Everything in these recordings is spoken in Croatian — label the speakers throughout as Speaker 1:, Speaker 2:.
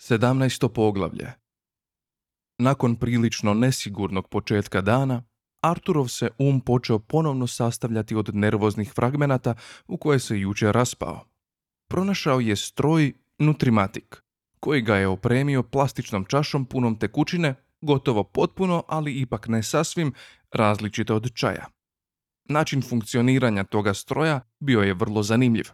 Speaker 1: 17. poglavlje Nakon prilično nesigurnog početka dana, Arturov se um počeo ponovno sastavljati od nervoznih fragmenata u koje se jučer raspao. Pronašao je stroj Nutrimatik, koji ga je opremio plastičnom čašom punom tekućine, gotovo potpuno, ali ipak ne sasvim, različite od čaja. Način funkcioniranja toga stroja bio je vrlo zanimljiv.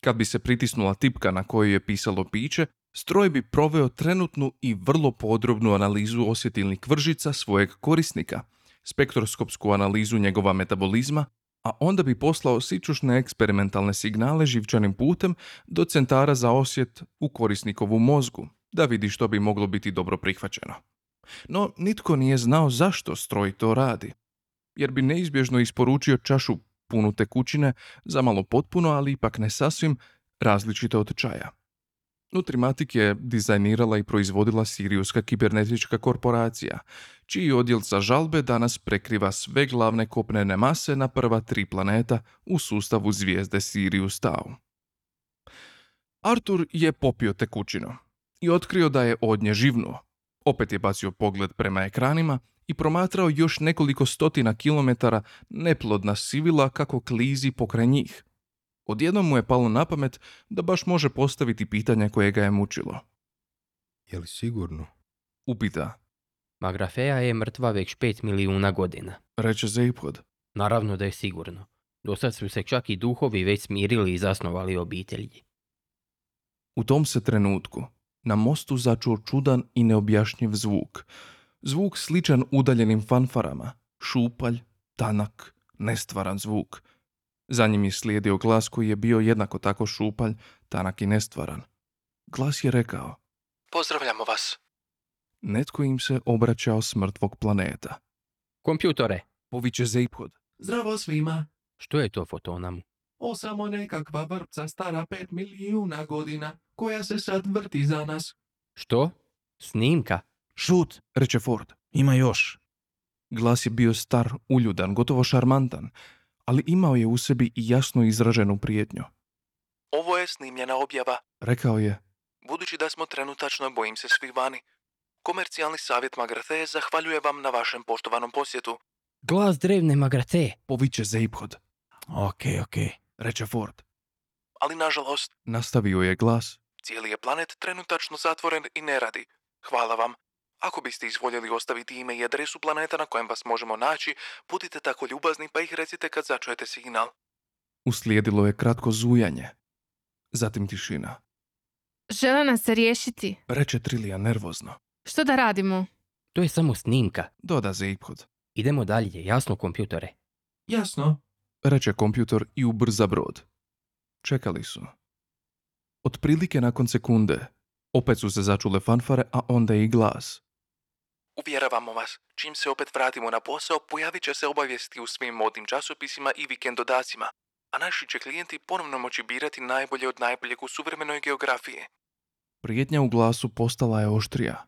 Speaker 1: Kad bi se pritisnula tipka na kojoj je pisalo piće, stroj bi proveo trenutnu i vrlo podrobnu analizu osjetilnih kvržica svojeg korisnika, spektroskopsku analizu njegova metabolizma, a onda bi poslao sičušne eksperimentalne signale živčanim putem do centara za osjet u korisnikovu mozgu, da vidi što bi moglo biti dobro prihvaćeno. No, nitko nije znao zašto stroj to radi, jer bi neizbježno isporučio čašu punu tekućine, za malo potpuno, ali ipak ne sasvim, različite od čaja. Nutrimatik je dizajnirala i proizvodila Sirijska kibernetička korporacija, čiji odjel za žalbe danas prekriva sve glavne kopnene mase na prva tri planeta u sustavu zvijezde Sirius Tau. Artur je popio tekućinu i otkrio da je od nje živnuo. Opet je bacio pogled prema ekranima i promatrao još nekoliko stotina kilometara neplodna sivila kako klizi pokraj njih – Odjednom mu je palo na pamet da baš može postaviti pitanje koje ga je mučilo.
Speaker 2: Je li sigurno?
Speaker 1: Upita,
Speaker 3: Magrafeja je mrtva već 5 milijuna godina.
Speaker 1: reče Zeiphod.
Speaker 3: Naravno da je sigurno. Dosad su se čak i duhovi već smirili i zasnovali obitelji.
Speaker 1: U tom se trenutku na mostu začuo čudan i neobjašnjiv zvuk. Zvuk sličan udaljenim fanfarama, šupalj, tanak, nestvaran zvuk. Za njim je slijedio glas koji je bio jednako tako šupalj, tanak i nestvaran. Glas je rekao,
Speaker 4: Pozdravljamo vas.
Speaker 1: netko im se obraćao s mrtvog planeta.
Speaker 3: Kompjutore,
Speaker 1: Poviće Zeiphod.
Speaker 4: Zdravo svima.
Speaker 3: što je to fotonamu?
Speaker 4: O samo nekakva vrpca stara pet milijuna godina koja se sad vrti za nas.
Speaker 3: Što? Snimka?
Speaker 5: Šut,
Speaker 1: Reče Ford.
Speaker 5: ima još.
Speaker 1: Glas je bio star, uljudan, gotovo šarmantan, ali imao je u sebi i jasno izraženu prijetnju.
Speaker 4: Ovo je snimljena objava.
Speaker 1: Rekao je,
Speaker 4: Budući da smo trenutačno, bojim se svi vani. Komercijalni savjet Magrate zahvaljuje vam na vašem poštovanom posjetu.
Speaker 3: Glas drevne Magrate.
Speaker 1: poviće Zeiphod,
Speaker 5: Ok, ok.
Speaker 1: reče Ford.
Speaker 4: Ali nažalost,
Speaker 1: Nastavio je glas,
Speaker 4: cijeli je planet trenutačno zatvoren i ne radi. Hvala vam. Ako biste izvoljeli ostaviti ime i adresu planeta na kojem vas možemo naći, budite tako ljubazni pa ih recite kad začujete signal.
Speaker 1: uslijedilo je kratko zujanje. Zatim tišina,
Speaker 6: Žele nas se riješiti.
Speaker 1: reče Trilija nervozno.
Speaker 6: Što da radimo?
Speaker 3: To je samo snimka.
Speaker 1: Doda Zeiphod,
Speaker 3: Idemo dalje, jasno kompjutore.
Speaker 4: Jasno,
Speaker 1: reče kompjutor i ubrza brod. Čekali su. Otprilike nakon sekunde, opet su se začule fanfare, a onda i glas.
Speaker 4: Uvjeravamo vas, čim se opet vratimo na posao, pojavit će se obavijesti u svim modnim časopisima i vikend dodacima, a naši će klijenti ponovno moći birati najbolje od najboljeg u suvremenoj geografiji.
Speaker 1: Prijetnja u glasu postala je oštrija.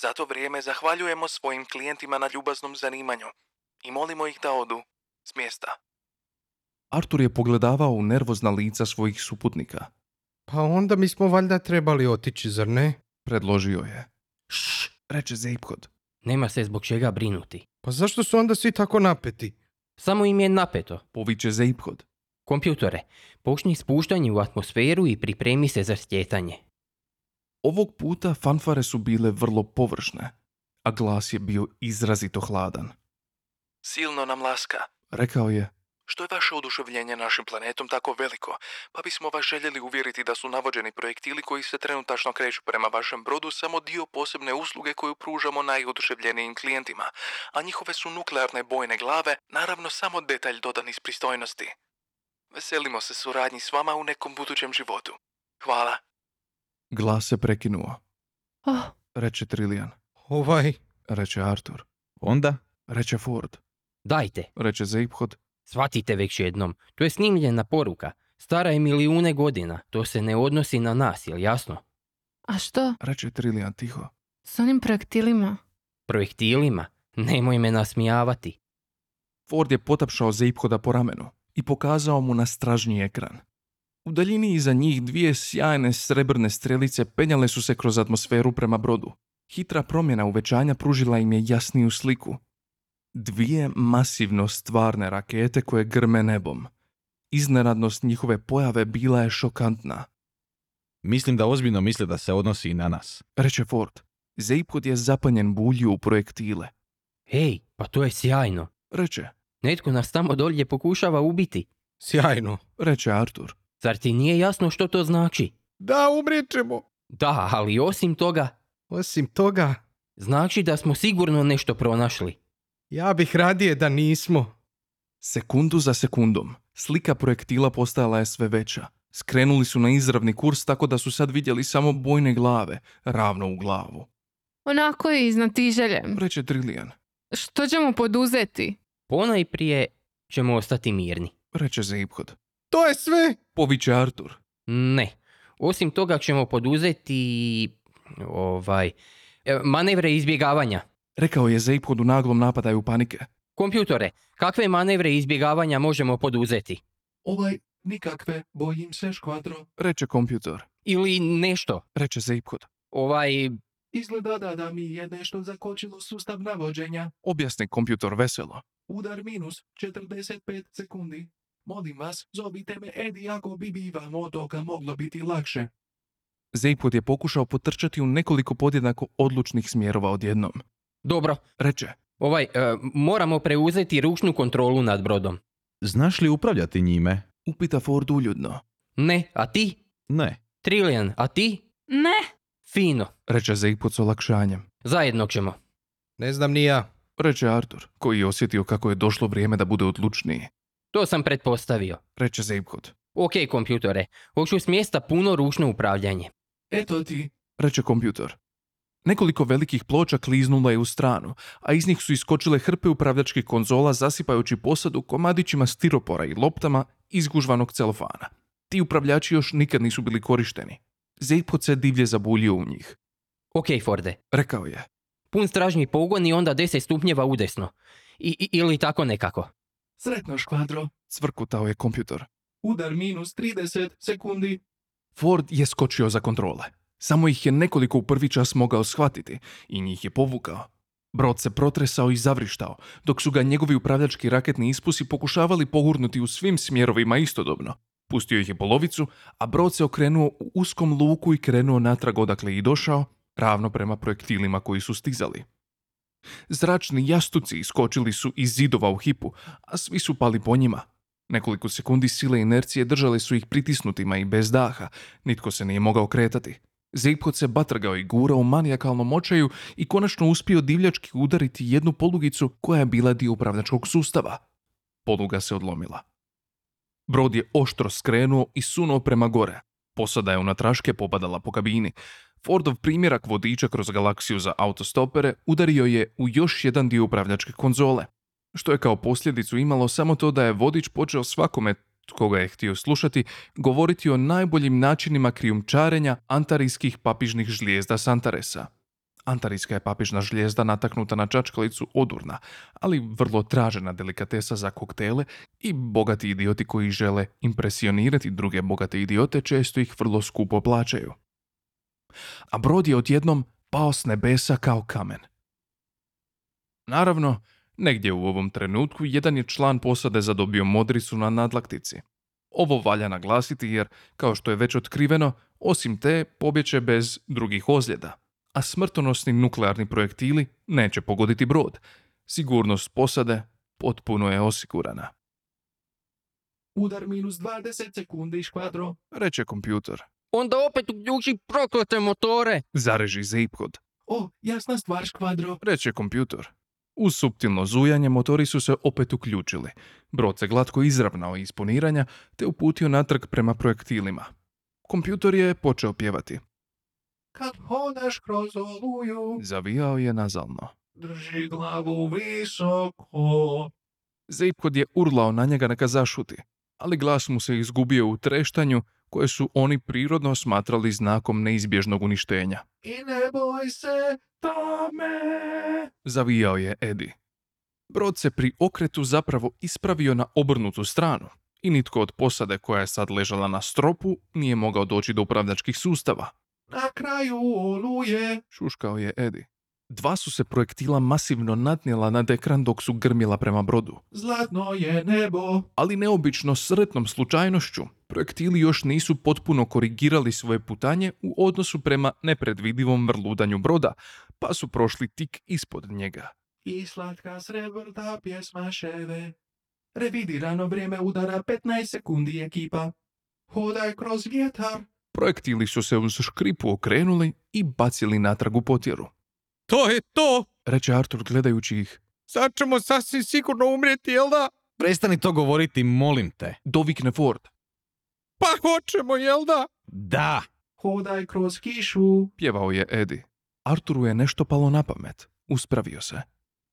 Speaker 4: Za to vrijeme zahvaljujemo svojim klijentima na ljubaznom zanimanju i molimo ih da odu s mjesta.
Speaker 1: Artur je pogledavao u nervozna lica svojih suputnika.
Speaker 2: Pa onda mi smo valjda trebali otići, zar ne?
Speaker 1: Predložio je.
Speaker 3: Šš,
Speaker 1: Reče Zeiphod.
Speaker 3: nema se zbog čega brinuti.
Speaker 2: Pa zašto su onda svi tako napeti?
Speaker 3: Samo im je napeto.
Speaker 1: Poviće Zeiphod.
Speaker 3: Kompjutore, počni spuštanje u atmosferu i pripremi se za stjetanje.
Speaker 1: Ovog puta fanfare su bile vrlo površne, a glas je bio izrazito hladan.
Speaker 4: Silno nam laska.
Speaker 1: Rekao je,
Speaker 4: Što je vaše oduševljenje našim planetom tako veliko, pa bismo vas željeli uvjeriti da su navođeni projektili koji se trenutačno kreću prema vašem brodu samo dio posebne usluge koju pružamo najoduševljenijim klijentima, a njihove su nuklearne bojne glave naravno samo detalj dodan iz pristojnosti. Veselimo se suradnji s vama u nekom budućem životu. Hvala.
Speaker 1: glas se prekinuo.
Speaker 6: Oh,
Speaker 1: Reče Trilijan.
Speaker 2: Ovaj,
Speaker 1: Reče Artur.
Speaker 5: Onda?
Speaker 1: Reče Ford.
Speaker 3: Dajte,
Speaker 1: Reče Zeiphod.
Speaker 3: shvatite već jednom, to je snimljena poruka. Stara je milijune godina, to se ne odnosi na nas, jel jasno?
Speaker 6: a što?
Speaker 1: Reče Trilijan tiho.
Speaker 6: S onim projektilima?
Speaker 3: Projektilima, nemoj me nasmijavati.
Speaker 1: Ford je potapšao Zeiphoda po ramenu i pokazao mu na stražnji ekran. U daljini iza njih dvije sjajne srebrne strelice penjale su se kroz atmosferu prema brodu. Hitra promjena uvećanja pružila im je jasniju sliku. Dvije masivno stvarne rakete koje grme nebom. Iznenadnost njihove pojave bila je šokantna,
Speaker 5: Mislim da ozbiljno misle da se odnosi i na nas.
Speaker 1: reče Ford. Zeipkot je zapanjen bulju u projektile.
Speaker 3: Ej, pa to je sjajno.
Speaker 1: Reče,
Speaker 3: Netko nas tamo dolje pokušava ubiti.
Speaker 2: Sjajno.
Speaker 1: reče Artur.
Speaker 3: Zar ti nije jasno što to znači?
Speaker 2: Da, umrijet ćemo.
Speaker 3: Da, ali osim toga,
Speaker 2: Osim toga,
Speaker 3: znači da smo sigurno nešto pronašli.
Speaker 2: ja bih radije da nismo.
Speaker 1: Sekundu za sekundom, slika projektila postajala je sve veća. Skrenuli su na izravni kurs tako da su sad vidjeli samo bojne glave, ravno u glavu.
Speaker 6: Onako je iznad tiželje.
Speaker 1: Reče Trilijan,
Speaker 6: Što ćemo poduzeti?
Speaker 3: Ponajprije ćemo ostati mirni.
Speaker 1: reče Zeiphod.
Speaker 2: To je sve.
Speaker 1: Poviće Artur,
Speaker 3: Ne. Osim toga ćemo poduzeti ovaj e, manevre izbjegavanja.
Speaker 1: rekao je Zeiphod u naglom napadaju panike.
Speaker 3: Kompjutore, kakve manevre izbjegavanja možemo poduzeti?
Speaker 4: Ovaj, nikakve, bojim se škvadro.
Speaker 1: Reče kompjutor,
Speaker 3: Ili nešto.
Speaker 1: reče Zeiphod.
Speaker 3: Ovaj,
Speaker 4: Izgleda da, da mi je nešto zakočilo sustav navođenja.
Speaker 1: Objasni kompjutor veselo.
Speaker 4: Udar minus 45 sekundi. Molim vas, zovite me Edi ako bi bivam od toga moglo biti lakše.
Speaker 1: Zeiphod je pokušao potrčati u nekoliko podjednako odlučnih smjerova odjednom.
Speaker 3: dobro,
Speaker 1: Reče,
Speaker 3: ovaj, e, moramo preuzeti ručnu kontrolu nad brodom.
Speaker 5: Znaš li upravljati njime?
Speaker 1: upita Ford uljudno.
Speaker 3: Ne, a ti?
Speaker 5: Ne.
Speaker 3: Trillian, a ti?
Speaker 6: Ne.
Speaker 3: Fino.
Speaker 1: Reče Zeiphod s olakšanjem.
Speaker 3: Zajedno ćemo.
Speaker 2: Ne znam ni ja.
Speaker 1: Reče Artur, koji je osjetio kako je došlo vrijeme da bude odlučniji.
Speaker 3: To sam pretpostavio.
Speaker 1: Reče Zeiphod.
Speaker 3: Ok, kompjutore, hoću s mjesta puno ručno upravljanje.
Speaker 4: Eto ti,
Speaker 1: Reče kompjutor. Nekoliko velikih ploča kliznula je u stranu, a iz njih su iskočile hrpe upravljačkih konzola zasipajući posadu komadićima stiropora i loptama izgužvanog celofana. Ti upravljači još nikad nisu bili korišteni. Zeiphod se divlje zabuljio u njih.
Speaker 3: Ok, Forde,
Speaker 1: Rekao je.
Speaker 3: pun stražni pogon i onda 10 stupnjeva udesno. I, i- ili tako nekako.
Speaker 4: sretno škvadro.
Speaker 1: Cvrkutao je kompjutor.
Speaker 4: Udar minus 30 sekundi.
Speaker 1: Ford je skočio za kontrole. Samo ih je nekoliko u prvi čas mogao shvatiti i njih je povukao. Brod se protresao i zavrištao, dok su ga njegovi upravljački raketni ispusi pokušavali pogurnuti u svim smjerovima istodobno. Pustio ih je polovicu, a brod se okrenuo u uskom luku i krenuo natrag odakle je i došao, ravno prema projektilima koji su stizali. Zračni jastuci iskočili su iz zidova u hipu, a svi su pali po njima. Nekoliko sekundi sile inercije držale su ih pritisnutima i bez daha, Nitko se nije mogao kretati. Zeiphod se batrgao i gurao u manijakalnom očaju i konačno uspio divljački udariti jednu polugicu koja je bila dio upravljačkog sustava. Poluga se odlomila. Brod je oštro skrenuo i sunuo prema gore. Posada je u natraške popadala po kabini. Fordov primjerak vodiča kroz galaksiju za autostopere udario je u još jedan dio upravljačke konzole, što je kao posljedicu imalo samo to da je vodič počeo svakome tko ga je htio slušati govoriti o najboljim načinima krijumčarenja antarijskih papižnih žlijezda Santaresa. Antarijska je papižna žlijezda nataknuta na čačkalicu odurna, ali vrlo tražena delikatesa za koktele i bogati idioti koji žele impresionirati druge bogate idiote često ih vrlo skupo plaćaju. A brod je odjednom pao s nebesa kao kamen. Naravno, negdje u ovom trenutku jedan je član posade zadobio modricu na nadlaktici. Ovo valja naglasiti jer, kao što je već otkriveno, osim te pobjeće bez drugih ozljeda, a smrtonosni nuklearni projektili neće pogoditi brod. Sigurnost posade potpuno je osigurana,
Speaker 4: Udar minus 20 sekundi škvadro.
Speaker 1: reče kompjutor.
Speaker 3: Onda opet uključi proklete motore.
Speaker 1: Zareži zipkod,
Speaker 4: O, jasna stvar škvadro.
Speaker 1: reče kompjutor. Uz suptilno zujanje motori su se opet uključili. Brod se glatko izravnao iz poniranja te uputio natrag prema projektilima. Kompjutor je počeo pjevati.
Speaker 4: Kad hodaš kroz oluju,
Speaker 1: Zavijao je nazalno.
Speaker 4: drži glavu visoko.
Speaker 1: Zeipkod je urlao na njega neka zašuti, ali glas mu se izgubio u treštanju koje su oni prirodno smatrali znakom neizbježnog uništenja.
Speaker 4: I ne boj se tame.
Speaker 1: Zavijao je Edi. Brod se pri okretu zapravo ispravio na obrnutu stranu i nitko od posade koja je sad ležala na stropu nije mogao doći do upravljačkih sustava.
Speaker 4: Na kraju oluje.
Speaker 1: šuškao je Edi. Dva su se projektila masivno nadnijela nad ekran dok su grmila prema brodu,
Speaker 4: Zlatno je nebo.
Speaker 1: ali neobično sretnom slučajnošću projektili još nisu potpuno korigirali svoje putanje u odnosu prema nepredvidivom vrludanju broda, pa su prošli tik ispod njega.
Speaker 4: I slatka srebrta pjesma ševe. Revidirano vrijeme udara 15 sekundi ekipa. Hodaj kroz vjetar.
Speaker 1: Projektili su se uz škripu okrenuli i bacili natrag u potjeru.
Speaker 2: To je to!
Speaker 1: Reče Artur gledajući ih.
Speaker 2: Sad ćemo sasvim sigurno umrijeti, jel da?
Speaker 5: Prestani to govoriti, molim te.
Speaker 1: Dovikne Ford.
Speaker 2: Pa hoćemo, jel da?
Speaker 5: Da!
Speaker 4: Hodaj kroz kišu.
Speaker 1: Pjevao je Edi. Arturu je nešto palo na pamet. Uspravio se.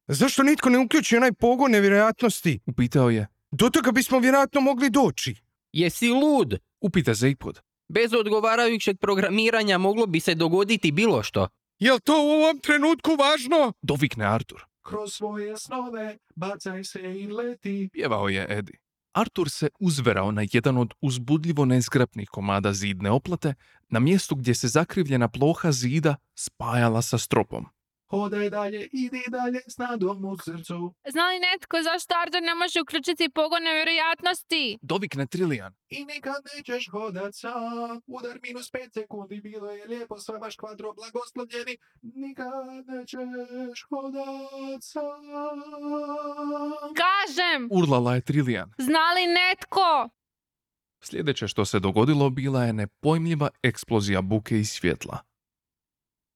Speaker 2: Zašto nitko ne uključi onaj pogon nevjerojatnosti?
Speaker 1: Upitao je.
Speaker 2: Do toga bismo vjerojatno mogli doći.
Speaker 3: Jesi lud?
Speaker 1: Upita Zeipod.
Speaker 3: Bez odgovarajućeg programiranja moglo bi se dogoditi bilo što.
Speaker 2: Jel to u ovom trenutku važno?
Speaker 1: Dovikne Artur.
Speaker 4: Kroz svoje snove bacaj se i leti.
Speaker 1: pjevao je Edi. Artur se uzverao na jedan od uzbudljivo nezgrapnih komada zidne oplate na mjestu gdje se zakrivljena ploha zida spajala sa stropom.
Speaker 4: Hodaj dalje, idi dalje s nadom u srcu.
Speaker 6: Zna li netko zašto Ardo ne može uključiti pogon nevjerojatnosti?
Speaker 1: Dovikne Trilijan.
Speaker 4: I nikad nećeš hodat sam. Udar minus 5 sekundi, bilo je lijepo, sva vaš kvadro blagoslovljeni. Nikad nećeš hodat sam.
Speaker 6: Kažem!
Speaker 1: Urlala je Trilijan.
Speaker 6: Zna li netko?
Speaker 1: Sljedeće što se dogodilo bila je nepojmljiva eksplozija buke i svjetla.